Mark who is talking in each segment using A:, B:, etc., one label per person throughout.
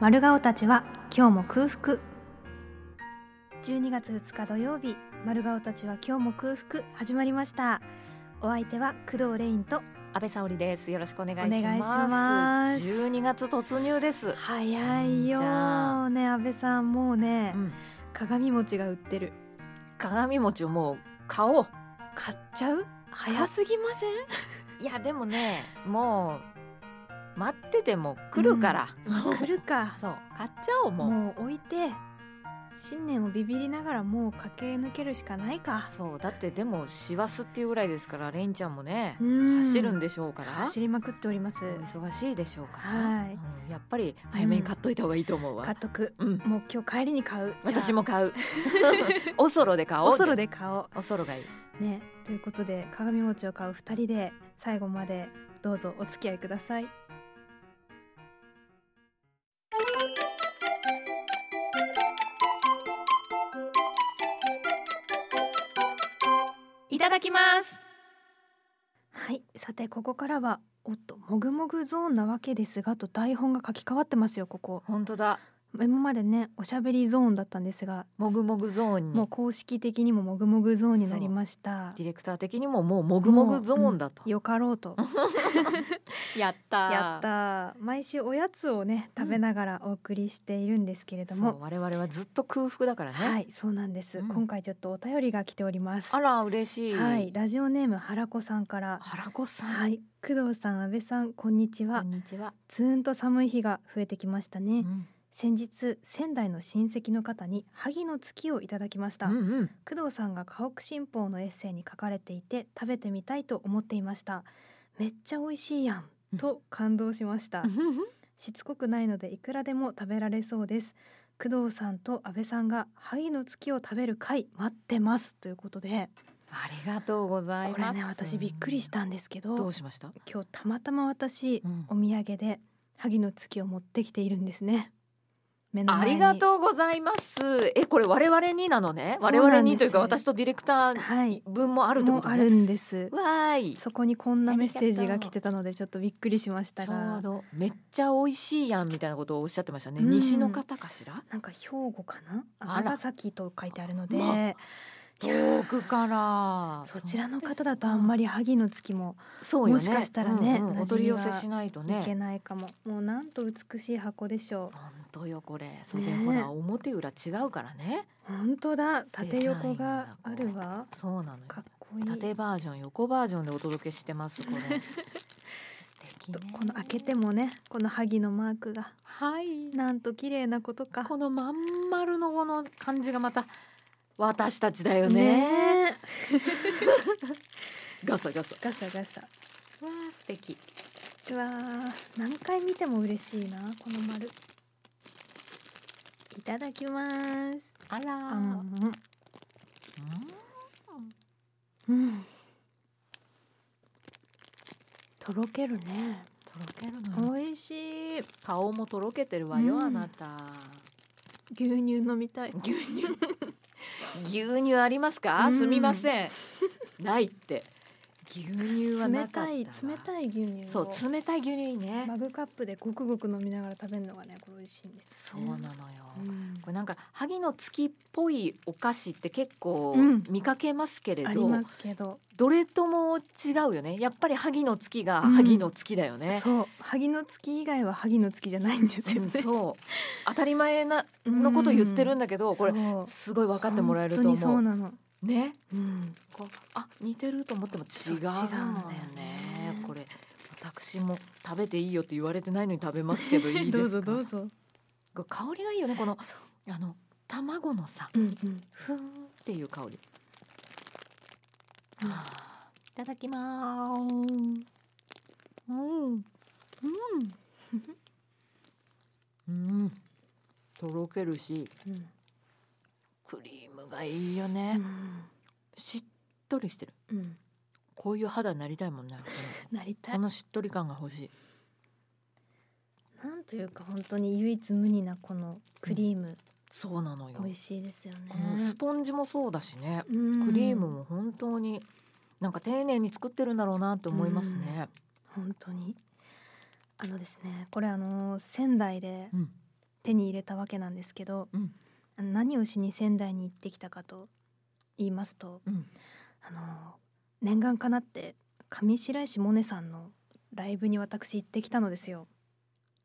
A: 丸顔たちは今日も空腹12月2日土曜日丸顔たちは今日も空腹始まりましたお相手は工藤レインと
B: 安倍沙織です。よろしくお願い
A: お
B: し
A: 願いしま
B: ますす。十二月突入です。
A: 早い
B: いよ
A: よね安倍さんもうね、
B: うん、
A: 鏡餅が売ってる
B: 鏡餅をもう買おう。
A: 買っちゃう早すぎません
B: いやでもね、もう待ってても来るから。
A: 来るか
B: そう、買っちゃおうもう。
A: もう置いて新年をビビりながらもう駆け抜けるしかないか
B: そうだってでも師走っていうぐらいですからレインちゃんもね、
A: 走
B: 走るんでしょうから
A: 走りまくっております
B: もう忙しいでしょうから、
A: はい
B: うんやっぱり早めに買っといた方がいいと思うわ、
A: 買っとく
B: うん
A: もう今日帰りに買うじゃあ
B: 私 も買うおそろで買おう
A: おそろで買お
B: おそろがいいう
A: ねということで鏡餅を買う2人で最後までどうぞお付き合いください
B: いただきます
A: はいさてここからはおっともぐもぐゾーンなわけですがと台本が書き換わってますよここ
B: 本当だ
A: 今までねおしゃべりゾーンだったんですが
B: もぐもぐゾーンに
A: もう公式的にももぐもぐゾーンになりました
B: ディレクター的にももうもぐもぐゾーンだと、
A: よかろうと
B: やったー
A: やった毎週おやつをね食べながらお送りしているんですけれど
B: そ
A: も、
B: う我々はずっと空腹だからね、
A: はいそうなんです、
B: うん
A: 今回ちょっとお便りが来ております
B: あら嬉しい、
A: はいラジオネーム原子さんから
B: 原子さん、
A: はい工藤さん安倍さんこんにち
B: こ
A: は
B: んにちは、
A: つーんと寒い日が増えてきました
B: う
A: ね、
B: ん
A: 先日仙台の親戚の方に萩の月をいただきました、
B: うんうん、
A: 工藤さんが家屋新報のエッセイに書かれていて食べてみたいと思っていましためっちゃ美味しいや
B: う
A: ん
B: ん
A: と感動しました、しつこくないのでいくらでも食べられそうです工藤さんと安倍さんが萩の月を食べる会待ってますということで
B: ありがとうござい
A: こ
B: ます
A: れね私びっくりしたんですけど
B: どうしました、
A: 今日たまたま私、
B: うん
A: お土産で萩の月を持ってきているんですね目の
B: あ
A: 前に
B: りがとうございますえこれ我々になのね
A: そう
B: 我
A: なんです
B: 々にというか私とディレクター
A: はい
B: 分もあるって
A: もう
B: こと
A: あ
B: ね
A: るんです
B: わーい
A: そこにこんなメッセージ
B: あ
A: が
B: りがと
A: 来
B: う
A: てたのでちょっとびっくりしました
B: ちょ
A: が
B: うどめっちゃ美味しいやんみたいなことをおっしゃってましたね、
A: うん
B: 西の方かしら
A: なんか兵庫かな
B: あら
A: 尼崎と書いてあるので、
B: まあ
A: いやー
B: 遠くから
A: そちらの方だとあんま
B: り
A: り萩の月も
B: そうよ、ね、
A: もしかしたらね
B: うん
A: 馴染
B: うんお
A: みが
B: 取り寄せしないと
A: いけ
B: ね
A: ないかも、もうなんと美しい箱でしょ
B: 本当よこれそれで
A: ねえ
B: ほら表裏違うからね
A: う本当だ縦横がある
B: デザイン
A: わ
B: そうなのよ
A: かっこいい
B: 縦バージョン横バージョンでお届けしてますこ れ素敵ね
A: この開けてもねこの萩のマークが
B: はい
A: なんと綺麗なことか
B: このまん丸のこの感じがまた私たちだよね
A: え
B: ガサガサ
A: ガサガサ
B: わあ素敵
A: うわー何回見ても嬉しいなこの丸いただきます
B: あらー、うん
A: うんうんとろけるね
B: とろけるのよ
A: 美味しい
B: 顔もとろけてるわよ、
A: うん
B: あなた
A: 牛乳飲みたい
B: 牛乳牛乳ありますか、
A: うん
B: すみませんないって牛乳はなか
A: 冷
B: った
A: た
B: わ
A: い冷たい牛乳を
B: そう冷たい牛乳いいね
A: マグカップでごくごく飲みながら食べるのがねこれ美味しいんです
B: そうなのよ、
A: うん
B: これなんか萩の月っぽいお菓子って結構
A: うん
B: 見かけますけれ
A: あ
B: ど、
A: りますけど
B: どれとも違うよねやっぱり萩の月が
A: うん
B: 萩の月だよね、
A: そう萩の月以外は萩の月じゃないんです
B: う
A: よ
B: ん
A: ね、
B: そう当たり前なのこと言ってるんだけど、これ
A: 分
B: すごい分かってもらえると
A: 本当にそう
B: 思う
A: なの
B: ね
A: うん
B: こうあ似てると思っても違
A: そううん
B: だ
A: 違
B: よ
A: うんだよ
B: ね
A: ね
B: これ私も食べていいよって言われてないのに食べますけどいいですか
A: どうぞどうぞ
B: これ香りがいいよねこの
A: そ
B: あの卵のさ
A: うんうん
B: ふーんっていう香り。あーいただきまーす。うん。うん。うん。 とろけるし、
A: うん
B: クリームがいいよね。
A: う
B: しっとりしてる。
A: ん
B: こういう肌になりたいもんね。
A: なりた
B: こ
A: い
B: のしっとり感が欲しい。
A: なんというか本当に唯一無二なこのクリーム、
B: そうなのよ。
A: 美味しいですよね
B: このスポンジもそうだしね。
A: うん
B: クリームも本当に。なんか丁寧に作ってるんだろうなと思いますね。
A: 本当にあのですねこれあの仙台で
B: うん。
A: 手に入れたわけなんですけど、
B: うん
A: あの何をしに仙台に行ってきたかと言いますと
B: うん
A: あの念願かなって上白石萌音さんのライブに私行ってきたのですよ。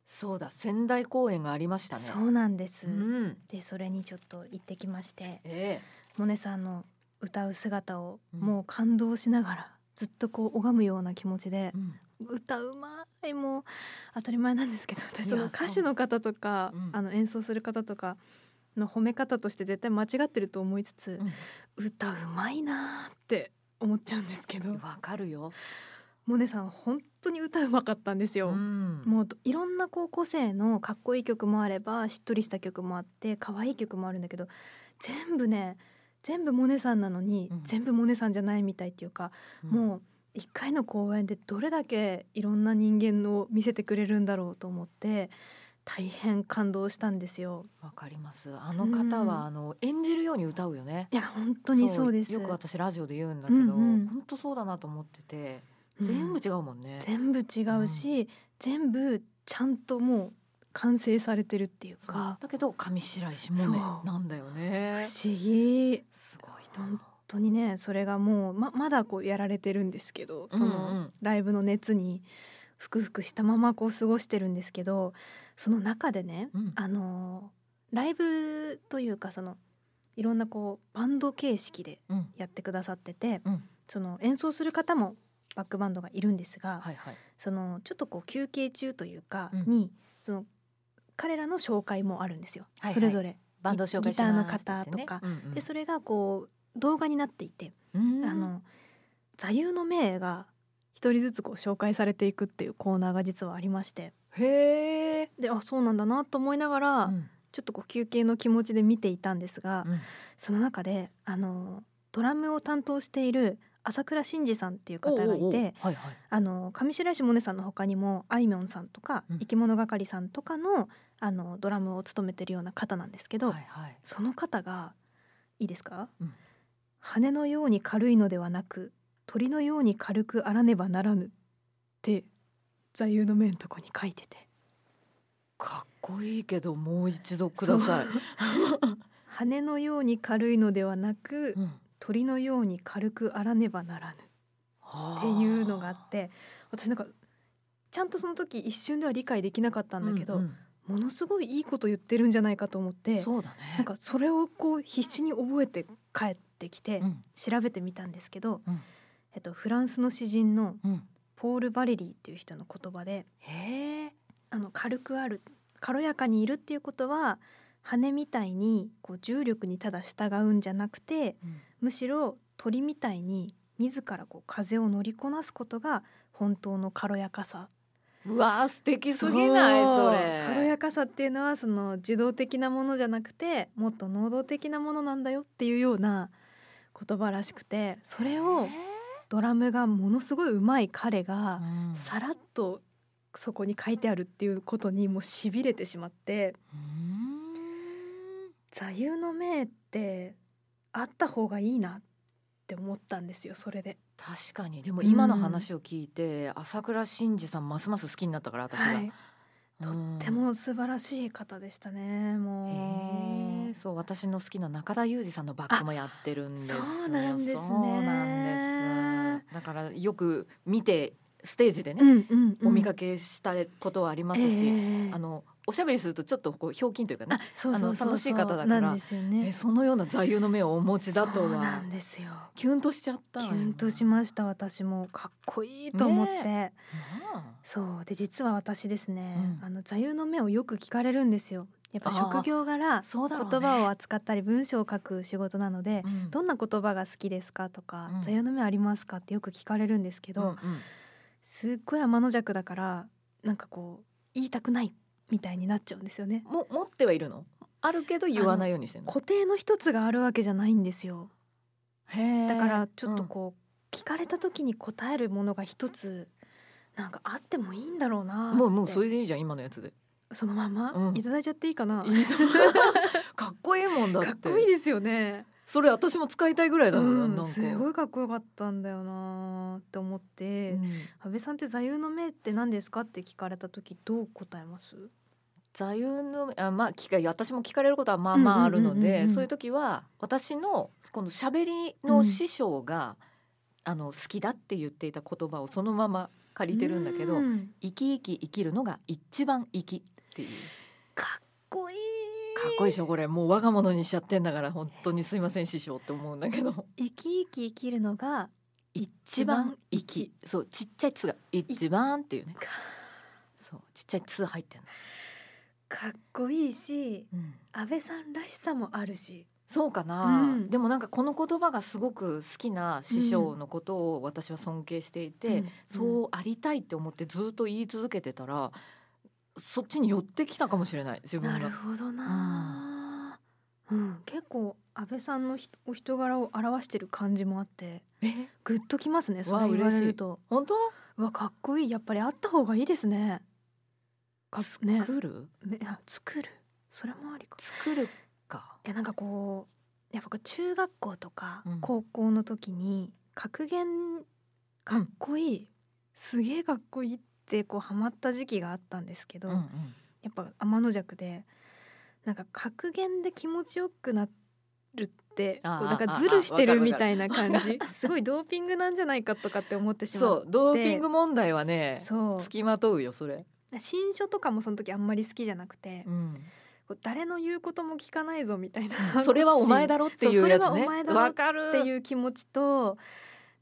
B: そうだ仙台公演がありましたね
A: そうなんです、
B: うん
A: でそれにちょっと行ってきまして
B: ええ
A: 萌音さんの歌う姿を
B: うん
A: もう感動しながらずっとこう拝むような気持ちで
B: う、ん
A: 歌うまいもう当たり前なんですけど私その
B: いやそう
A: 歌手の方とか、
B: うん
A: あの演奏する方とかの褒め方として絶対間違ってると思いつつ
B: う、
A: 歌うまいなーって思っちゃうんですけど
B: んわかるよ、
A: モネさん本当に歌うまかったんですよ。
B: ん
A: もうどいろんなこう個性のかっこいい曲もあればしっとりした曲もあって可愛い曲もあるんだけど全部ね全部モネさんなのに、
B: うん
A: 全部モネさんじゃないみたいっていうかもう一回の公演でどれだけいろんな人間を見せてくれるんだろうと思って大変感動したんですよ。
B: わかりますあの方
A: うん
B: はあの演じるように歌うよね
A: いや本当にそうです。
B: よく私ラジオで言うんだけど、
A: うんうん
B: 本当そうだなと思ってて、
A: うん
B: 全部違うもんね
A: 全部違うし、全部ちゃんともう完成されてるっていう
B: そう
A: か
B: だけど上白石萌
A: そ
B: 音
A: う
B: なんだよ
A: 不
B: ね
A: 思議。
B: すごいと思う
A: 本当にねそれがもうままだこうやられてるんですけどそ
B: うんう
A: の
B: ん
A: ライブの熱にふくふくしたままこう過ごしてるんですけどその中でね、
B: うん
A: あのーライブというかそのいろんなこうバンド形式で
B: うん
A: やってくださってて、
B: うん
A: その演奏する方もバックバンドがいるんですが、
B: はいはい
A: そのちょっとこう休憩中というか
B: うん
A: に、その彼らの紹介もあるんですよ、
B: はいはい
A: それぞれ。
B: バンド紹介します
A: ギターの方とか
B: って言ってねうんうん
A: でそれがこう動画になっていて、
B: うん
A: あの座右の銘が一人ずつこう紹介されていくっていうコーナーが実はありまして
B: へえ、
A: であそうなんだなと思いながら、
B: うん
A: ちょっとこう休憩の気持ちで見ていたんですが、
B: うん
A: その中であのドラムを担当している朝倉真二さんっていう方がいて
B: おうおうおうはいはい
A: あの上白石萌音さんの他にもあいみょんさんとか、
B: うん
A: 生き物係さんとかのあのドラムを務めてるような方なんですけど、
B: はいはい
A: その方がいいですか、
B: うん
A: 羽のように軽いのではなく鳥のように軽くあらねばならぬって座右の銘のとこに書いてて
B: かっこいいけどもう一度ください。
A: 羽のように軽いのではなく
B: うん
A: 鳥のように軽くあらねばならぬっていうのがあって私なんかちゃんとその時一瞬では理解できなかったんだけど、
B: ううん
A: ものすごいいいこと言ってるんじゃないかと思って
B: そうだね。
A: なんかそれをこう必死に覚えて帰ってきて
B: うん
A: 調べてみたんですけど、
B: うん
A: えっと、フランスの詩人の
B: うん
A: ポール・バレリーっていう人の言葉で
B: へえ
A: 「あの軽くある軽やかにいる」っていうことは羽みたいにこう重力にただ従うんじゃなくて
B: うん
A: むしろ鳥みたいに自らこう風を乗りこなすことが本当の軽やかさ
B: うわー素敵すぎないそうれ。
A: 軽やかさっていうのはその受動的なものじゃなくてもっと能動的なものなんだよっていうような言葉らしくてそれを
B: へ
A: ドラムがものすごい上手い彼
B: ー
A: が
B: うん
A: さらっとそこに書いてあるっていうことにもうしびれてしまって
B: うん
A: 座右の銘ってあった方がいいなって思ったんですよそれで。
B: 確かにでも今の話を聞いて朝倉真二さんますます好きになったから私が。
A: はい、と
B: うん
A: ても素晴らしい方でしたねもう
B: へえ。そう私の好きな中田裕二さんのバックもやってるんですよ
A: あそうなんですね
B: そうなんですだからよく見てステージでね、
A: うんうんうん
B: お見かけしたことはありますし、
A: ええ
B: あのおしゃべりするとちょっとこうひょうきんというかね
A: あそうそうそうそう
B: あの楽しい方だから
A: なんですよ
B: え
A: ね
B: そのような座右の銘をお持ちだと
A: そうな
B: は
A: んですよ
B: キュンとしちゃった
A: キ
B: わよ
A: ュンとしました私もかっこいいと思って、
B: なあ
A: そうで実は私ですね、
B: うん
A: あの座右の銘をよく聞かれるんですよやっぱ
B: あー
A: 職業柄
B: そうだろうね
A: 言葉を扱ったり文章を書く仕事なので、
B: うん
A: どんな言葉が好きですかとか、
B: うん
A: 座右の銘ありますかってよく聞かれるんですけど、
B: うんうん
A: すっごい天の弱だからなんかこう言いたくないみたいになっちゃうんですよね
B: も持ってはいるのあるけど言わないようにしてるの
A: 固定の一つがあるわけじゃないんですよ
B: へえ
A: だからちょっとこう、聞かれた時に答えるものが一つなんかあってもいいんだろうなっ
B: うん
A: て
B: もうもうそれでいいじゃん今のやつで
A: そのまま、
B: うん
A: いただいちゃっていいかな
B: いいと かっこいいもんだって
A: かっこいいですよね
B: それ私も使いたいぐらいだもんな,、
A: うん
B: ん、か
A: すごいかっこよかったんだよなって思って、
B: うん
A: 安倍さんって座右の銘って何ですかって聞かれた時どう答えます
B: 座右のあまあ聞か私も聞かれることはまあまあある
A: う
B: の
A: んうんうんうん
B: で
A: うん
B: そういう時は私のこの喋りの師匠が、あの好きだって言っていた言葉をそのまま借りてるんだけど
A: う
B: 生
A: ん
B: き生き生きるのが一番生きっていう
A: かっこいい
B: かっこいいでしょこれもう我が物にしちゃってんだから本当にすいません師匠って思うんだけど
A: 生き生き生きるのが
B: 一番生きそうちっちゃい「つ」が「一番」っていうね
A: か
B: そうちっちゃい「つ」入ってるんですよ、
A: かっこいいし
B: うん
A: 安倍さんらしさもあるし
B: そうかな、
A: うん
B: でもなんかこの言葉がすごく好きな師匠のことを私は尊敬していて、
A: うん
B: そうありたいって思ってずっと言い続けてたらそっちに寄ってきたかもしれない自
A: な
B: 分
A: る
B: が。
A: ほどな、うん、結構安倍さんのひお人柄を表してる感じもあって
B: え
A: グッときますねそ
B: わあ
A: れ言われ
B: 嬉し
A: る
B: い
A: と
B: 本当
A: うわかっこいいやっぱりあった方がいいですねかね
B: 作る
A: めあ作るそれもありか
B: 作るか。
A: いやなんかこうやっぱこう中学校とか
B: うん
A: 高校の時に格言かっこいい、すげえかっこいいってこうハマった時期があったんですけど、
B: うんうん
A: やっぱ天の弱でなんか格言で気持ちよくなるってこ
B: あー
A: うなん
B: あ
A: か
B: ー
A: ズルして
B: あー
A: る
B: わか
A: み
B: るわか
A: たいな感じ すごいドーピングなんじゃないかとかって思ってしま
B: そううドーピング問題はね
A: そう
B: つきまとうよそれ。
A: 新書とかもその時あんまり好きじゃなくて、
B: うん、
A: こう誰の言うことも聞かないぞみたいな
B: それはお前
A: だ
B: だろっていうやつ
A: そうそれは
B: ね
A: お前。だろ
B: わかる
A: っていう気持ちと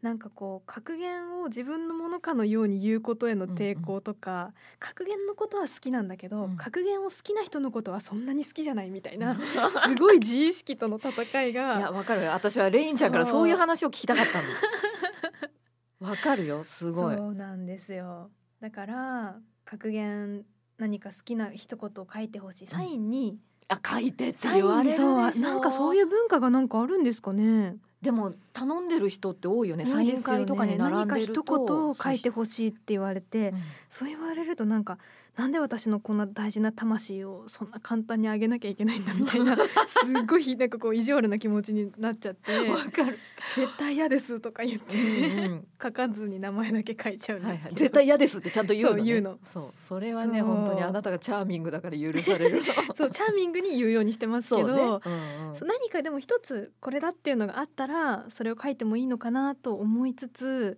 A: なんかこう格言を自分のものかのように言うことへの抵抗とか、格言のことは好きなんだけど、
B: うん
A: 格言を好きな人のことはそんなに好きじゃないみたい なすごい自意識との戦い
B: いや
A: が
B: わかるよ私はレインちゃんから
A: そう
B: そういう話を聞きたかったの わかるよすごい
A: そうなんですよだから格言何か好きな一言を書いてほしいサインに、
B: あ書いてって
A: サイン
B: 言わ
A: に
B: れるでし
A: そう
B: ょ
A: なんかそういうう文化がなんかあるんですかね
B: でも頼んでる人って多いよねサイン会とかに並んでると
A: 何か一言を書いてほしいって言われて、
B: うん
A: そう言われるとなんかなんで私のこんな大事な魂をそんな簡単にあげなきゃいけないんだみたい なすっごいなんかこう意地悪な気持ちになっちゃ って
B: わかる、
A: 絶対嫌ですとか言って、
B: うん
A: 書かずに名前だけ書いちゃう
B: うんんは
A: で
B: い
A: す
B: は
A: け
B: い、
A: ど、
B: 絶対嫌ですってちゃんと言うの、ね、
A: そう言うの
B: そうそれはね
A: そう
B: 本当にあなたがチャーミングだから許 される
A: そうチャーミングに言うようにしてますけ
B: そう
A: ど。
B: ね、うんうん
A: そう何かでも一つこれだっていうのがあったらそれを書いてもいいのかなと思いつつ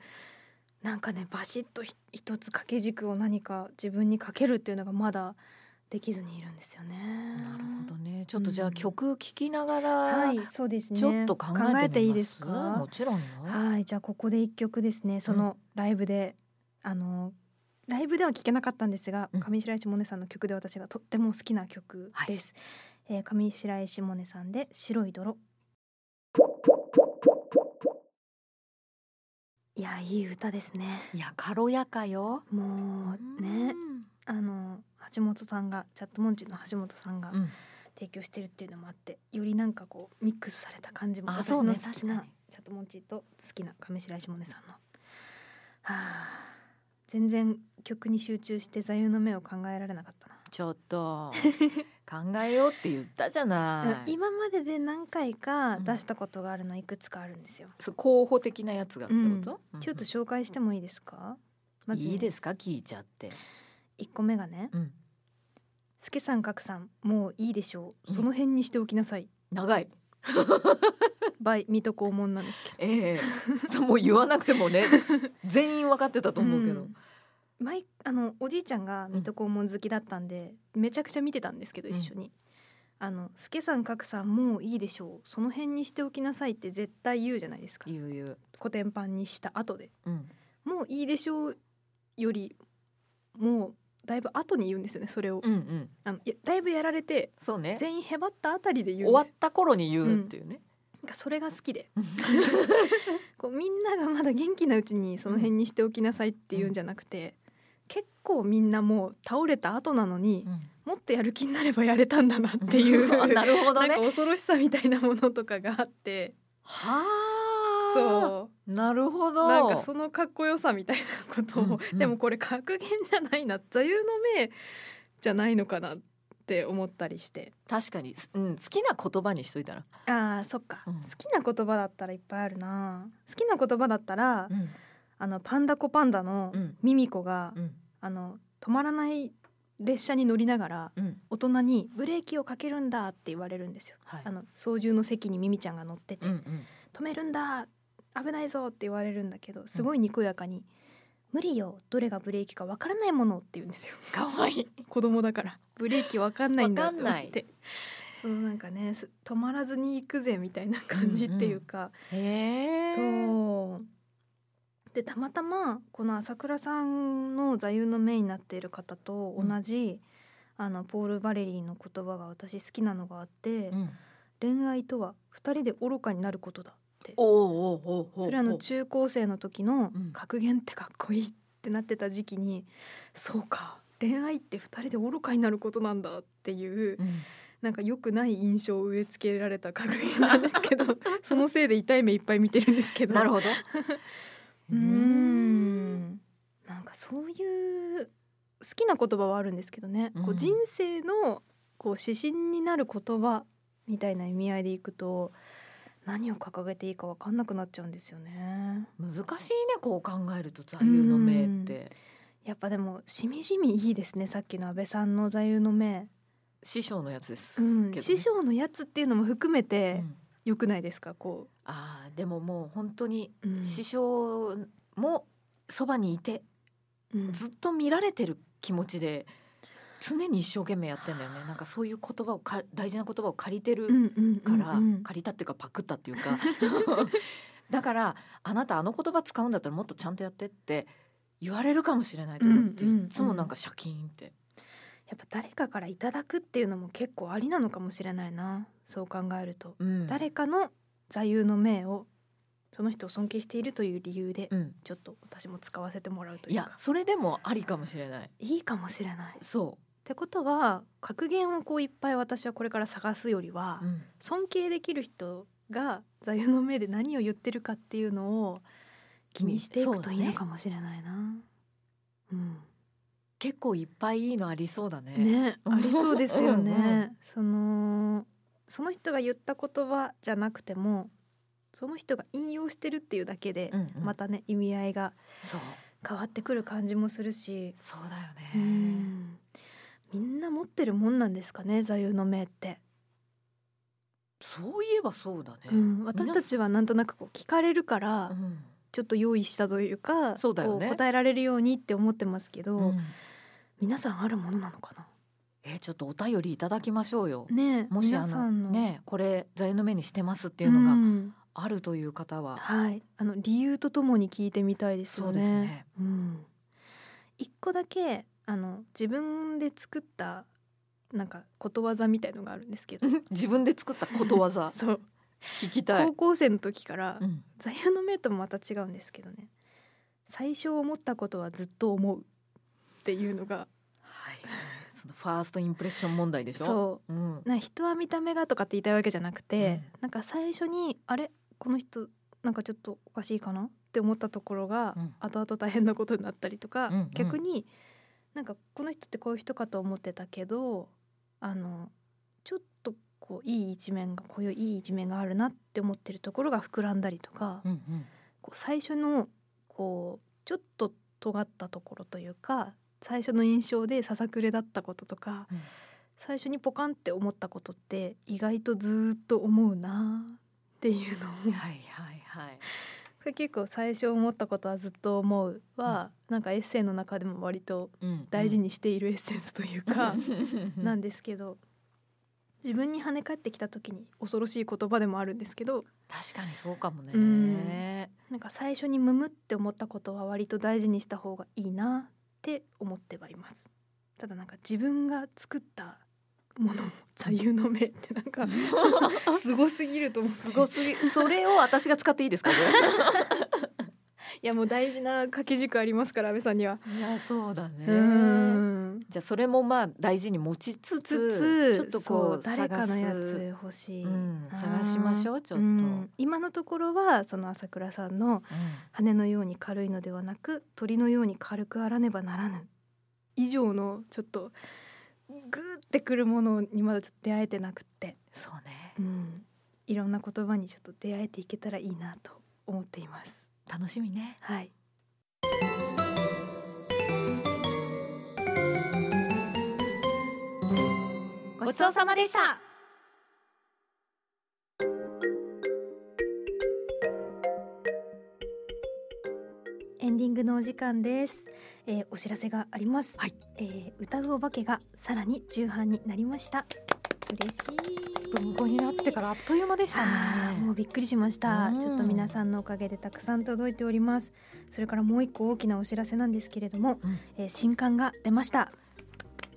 A: なんかねバシッとひ一つ掛け軸を何か自分にかけるっていうのがまだできずにいるんですよね。
B: なるほどねちょっとじゃ
A: う
B: あ
A: ん
B: 曲聴きながら、
A: はい、そうですね。
B: ちょっと考えてみ
A: い
B: ます
A: いです
B: も
A: か。
B: ちろんよ
A: はい、じゃあここで一曲ですね。そのライブで、あのライブでは聴けなかったんですが、
B: うん
A: 上白石萌音さんの曲で私がとっても好きな曲です。えー上白石萌音さんで白い泥。いやいい歌ですね。
B: いや軽やかよ
A: もうね、
B: うん
A: あの橋本さんがチャットモンチーの橋本さんが
B: うん
A: 提供してるっていうのもあってよりなんかこうミックスされた感じも
B: あ
A: 私
B: そう
A: の
B: ね
A: 好きな
B: 確かに
A: チャットモンチーと好きな上白石萌音さんの、はあ、全然曲に集中して座右の銘を考えられなかったな、
B: ちょっ と考えようって言ったじゃない。
A: 今までで何回か出したことがあるのいくつかあるんですよ、
B: そう候補的なやつがってこと？うん
A: ちょっと紹介してもいいですかまず
B: いいですか聞いちゃって。
A: 1個目がね
B: うん
A: 「すけさんかくさんもういいでしょうその辺にしておきなさい
B: 長い。」
A: by 水戸黄門なんですけど
B: ええそうもう言わなくて もね全員分かってたと思うけど。
A: ん前あのおじいちゃんが水戸黄門好きだったんで、めちゃくちゃ見てたんですけど
B: うん
A: 一緒に「あの助さん格さんもういいでしょうその辺にしておきなさい」って絶対言うじゃないですか
B: 言う言う。
A: 古典版にした後で
B: うん。
A: 「もういいでしょう」よりもうだいぶ後に言うんですよねそれを、
B: うんうん。
A: あのいやだいぶやられて
B: そうね。
A: 全員へばったあたりで言
B: 終
A: うん
B: わ
A: で
B: っ
A: す
B: た頃に言うっていうね。
A: なんかそれが好きで こうみんながまだ元気なうちにその辺にしておきなさいって言うんじゃなくて、結構みんなもう倒れた後なのに、
B: うん
A: もっとやる気になればやれたんだなっていう
B: あなるほど
A: なんか
B: ね。
A: 恐ろしさみたいなものとかがあって
B: はあ。。
A: そう
B: なるほ
A: う
B: ど。
A: なんかそのかっこよさみたいなことを、
B: うんうん
A: でもこれ格言じゃないな座右の銘じゃないのかなって思ったりして
B: 確かに、うん、好きな言葉にしといたら。
A: あーそっか、
B: うん
A: 好きな言葉だったらいっぱいあるな好きな言葉だったら、
B: うん
A: あのパンダコパンダの
B: うん
A: ミミコが、
B: うん。
A: あの止まらない列車に乗りながら
B: うん
A: 大人にブレーキをかけるんだって言われるんですよ。
B: はい
A: あの操縦の席にミミちゃんが乗ってて、
B: うんうん
A: 止めるんだ危ないぞって言われるんだけどすごいにこやかに、無理よどれがブレーキかわからないものって言うんですよ
B: 可愛い
A: 子供だからブレーキわかんないんだと思
B: わか
A: っ
B: んな
A: てそのなんかねす止まらずに行くぜみたいな感じっていうか、
B: へえ
A: そうでたまたまこの朝倉さんの座右の銘になっている方と同じ、あのポール・バレリーの言葉が私好きなのがあって、
B: ん、
A: 恋愛とは二人で愚かになることだって
B: おおおおお
A: それはあの中高生の時の
B: うん
A: 格言ってかっこいいってなってた時期に、そうか恋愛って二人で愚かになることなんだっていう、
B: うん
A: なんか良くない印象を植え付けられた格言なんですけど そのせいで痛い目いっぱい見てるんですけど
B: なる ほど
A: うーんなんかそういう好きな言葉はあるんですけどね、こ
B: う
A: うん人生のこう指針になる言葉みたいな意味合いでいくと何を掲げていいか分かんなくなっちゃうんですよね。
B: 難しいねこう考えると座右の銘って
A: やっぱでもしみじみいいですねさっきの安倍さんの座右の銘、
B: 師匠のやつです、
A: うん
B: けどね
A: 師匠のやつっていうのも含め
B: う
A: て
B: ん
A: 良くないですかこ
B: あーでももう本当に
A: う、うん
B: 師匠もそばにいて
A: うん
B: ずっと見られてる気持ちで常に一生懸命やってんだよねなんかそういう言葉をか大事な言葉を借りてる
A: うんうんうん
B: から、
A: うん
B: 借りたっていうかパクったっていうか だからあなたあの言葉使うんだったらもっとちゃんとやってって言われるかもしれないと思って、
A: うんうんうん
B: いつもなんかシャキーンって、
A: やっぱ誰かからいただくっていうのも結構ありなのかもしれないなそう考えると、
B: うん、
A: 誰かの座右の銘をその人を尊敬しているという理由で
B: うん、
A: ちょっと私も使わせてもらうと
B: い
A: いう
B: や
A: か
B: それでもありかもしれない
A: いいかもしれない。っ
B: そ
A: てことは格言をこういっぱい私はこれから探すよりは
B: う、、うん、
A: 尊敬できる人が座右の銘で何を言ってるかっていうのを気にしていくといいのかもしれないな。うん
B: 結構いっぱいいいのありそうだね
A: ね、ありそうですよね。
B: うんうん
A: そのその人が言った言葉じゃなくても、その人が引用してるっていうだけで、
B: うんうん
A: またね意味合いが
B: そう
A: 変わってくる感じもするし、
B: そうだ
A: う
B: よね
A: んみんな持ってるもんなんですかね座右の銘って。
B: そういえばそうだね、
A: うん、私たちはなんとなくこう聞かれるから、
B: うん
A: ちょっと用意したというか、
B: そうだよね
A: こ答えられるようにって思ってますけど、
B: うん
A: 皆さんあるものなのかな。
B: えちょっとお便りいただきましょうよ
A: ねえ、
B: もしあ
A: 皆さ
B: の
A: んの
B: ねこれ座右の目にしてますっていうの
A: う
B: が
A: ん
B: あるという方は、
A: はい、あの理由とともに聞いてみたいです
B: そ
A: よ
B: う
A: ね。
B: ですね
A: うん、一個だけあの自分で作ったなんかことわざみたいのがあるんですけど、
B: 自分で作ったことわざ
A: そう
B: 聞きたい
A: 高、校生の時から
B: うん、
A: 座右の銘ともまた違うんですけどね。最初思ったことはずっと思うっていうのが、
B: はいそのファーストインプレッション問題でしょ、
A: そう
B: ん、
A: な人は見た目がとかって言いたいわけじゃなくて、
B: う
A: なんか最初にあれこの人なんかちょっとおかしいかなって思ったところが、
B: うん
A: 後々大変なことになったりとか、
B: うんうん
A: 逆になんかこの人ってこういう人かと思ってたけどあのちょっとこういい一面がこういういい一面があるなって思ってるところが膨らんだりとか、
B: うんうん
A: こう最初のこうちょっと尖ったところというか最初の印象でささくれだったこととか、
B: うん
A: 最初にポカンって思ったことって意外とずーっと思うなーっていうのをこ
B: はいはいはい
A: れ結構最初思ったことはずっと思うは、なんかエッセイの中でも割と
B: うん
A: 大事にしているエッセンスというか、 な
B: なん
A: ですけど自分に跳ね返ってきた時に恐ろしい言葉でもあるんですけど
B: 確かにそうかもね、
A: うんなんか最初にムムって思ったことは割と大事にした方がいいなって思ってはいますただなんか自分が作ったものも座右の銘ってなん かすごすぎると思う
B: すごすぎそれを私が使っていいですかこ
A: いやもう大事な掛け軸ありますから安倍さんには、
B: れいやそうだね
A: うん
B: じゃあそれもまあ大事に持ち
A: つ
B: つつ
A: つ
B: ちょっとこ
A: そう
B: う
A: 誰かのや
B: 探す
A: つ欲しい、
B: うん探しましょうちょっと
A: ん今のところはその朝倉さんの羽のように軽いのではなく鳥のように軽くあらねばならぬ以上のちょっとグーってくるものにまだちょっと出会えてなくって、
B: そうね
A: うん、いろんな言葉にちょっと出会えていけたらいいなと思っています。
B: 楽しみね
A: はいそうさまでしたエンディングのお時間です、えー、お知らせがあります、
B: はい
A: えー歌うお化けがさらに重版になりました嬉しい
B: 文庫になってからあっという間でしたね
A: あーもうびっくりしました、
B: うん
A: ちょっと皆さんのおかげでたくさん届いておりますそれからもう一個大きなお知らせなんですけれども、
B: うん
A: えー新刊が出ました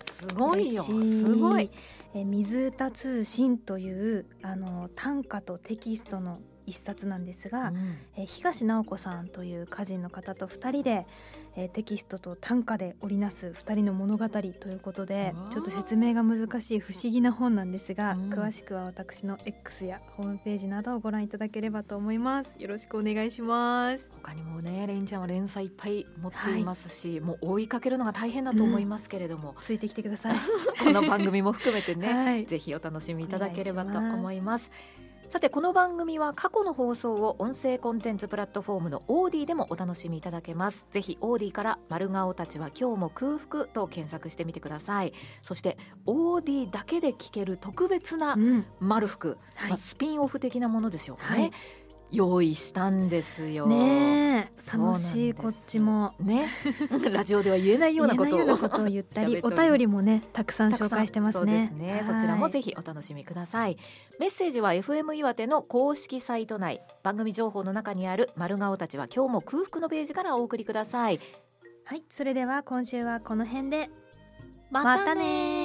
B: すごいよ
A: 嬉し
B: すごい、
A: えー水歌通信というあの短歌とテキストの一冊なんですが、
B: うん
A: えー東直子さんという歌人の方と2人で、えーテキストと短歌で織りなす2人の物語ということで
B: わあ
A: ちょっと説明が難しい不思議な本なんですが、
B: うん
A: 詳しくは私の X やホームページなどをご覧いただければと思いますよろしくお願いします
B: 他にもねレインちゃんは連載いっぱい持っていますし、もう追いかけるのが大変だと思いますけれ ども、
A: ついてきてください
B: この番組も含めて ね、
A: はい
B: ぜひお楽しみいただければと
A: お願いします
B: 思います。さてこの番組は過去の放送を音声コンテンツプラットフォームのオーディでもお楽しみいただけますぜひオーディから丸顔たちは今日も空腹と検索してみてくださいそしてオーディだけで聞ける特別な
A: うん
B: 丸服、
A: はい
B: まあ、スピンオフ的なものでしょうかね、
A: はい
B: 用意したんですよ
A: ねえ
B: そうなん
A: 楽
B: です
A: しいこっちも
B: ねラジオでは言えないようなことを
A: 言えないようなことを言ったり
B: 喋ってお
A: お
B: ります
A: 便りもねたくさん
B: た
A: 紹
B: くさん
A: 介してます
B: そうで
A: ね
B: すね。そちらもぜひお楽しみください。メッセージは FM 岩手の公式サイト内、番組情報の中にある丸顔たちは今日も空腹のページからお送りください。
A: はい、はい、それでは今週はこの辺で
B: ま
A: またねー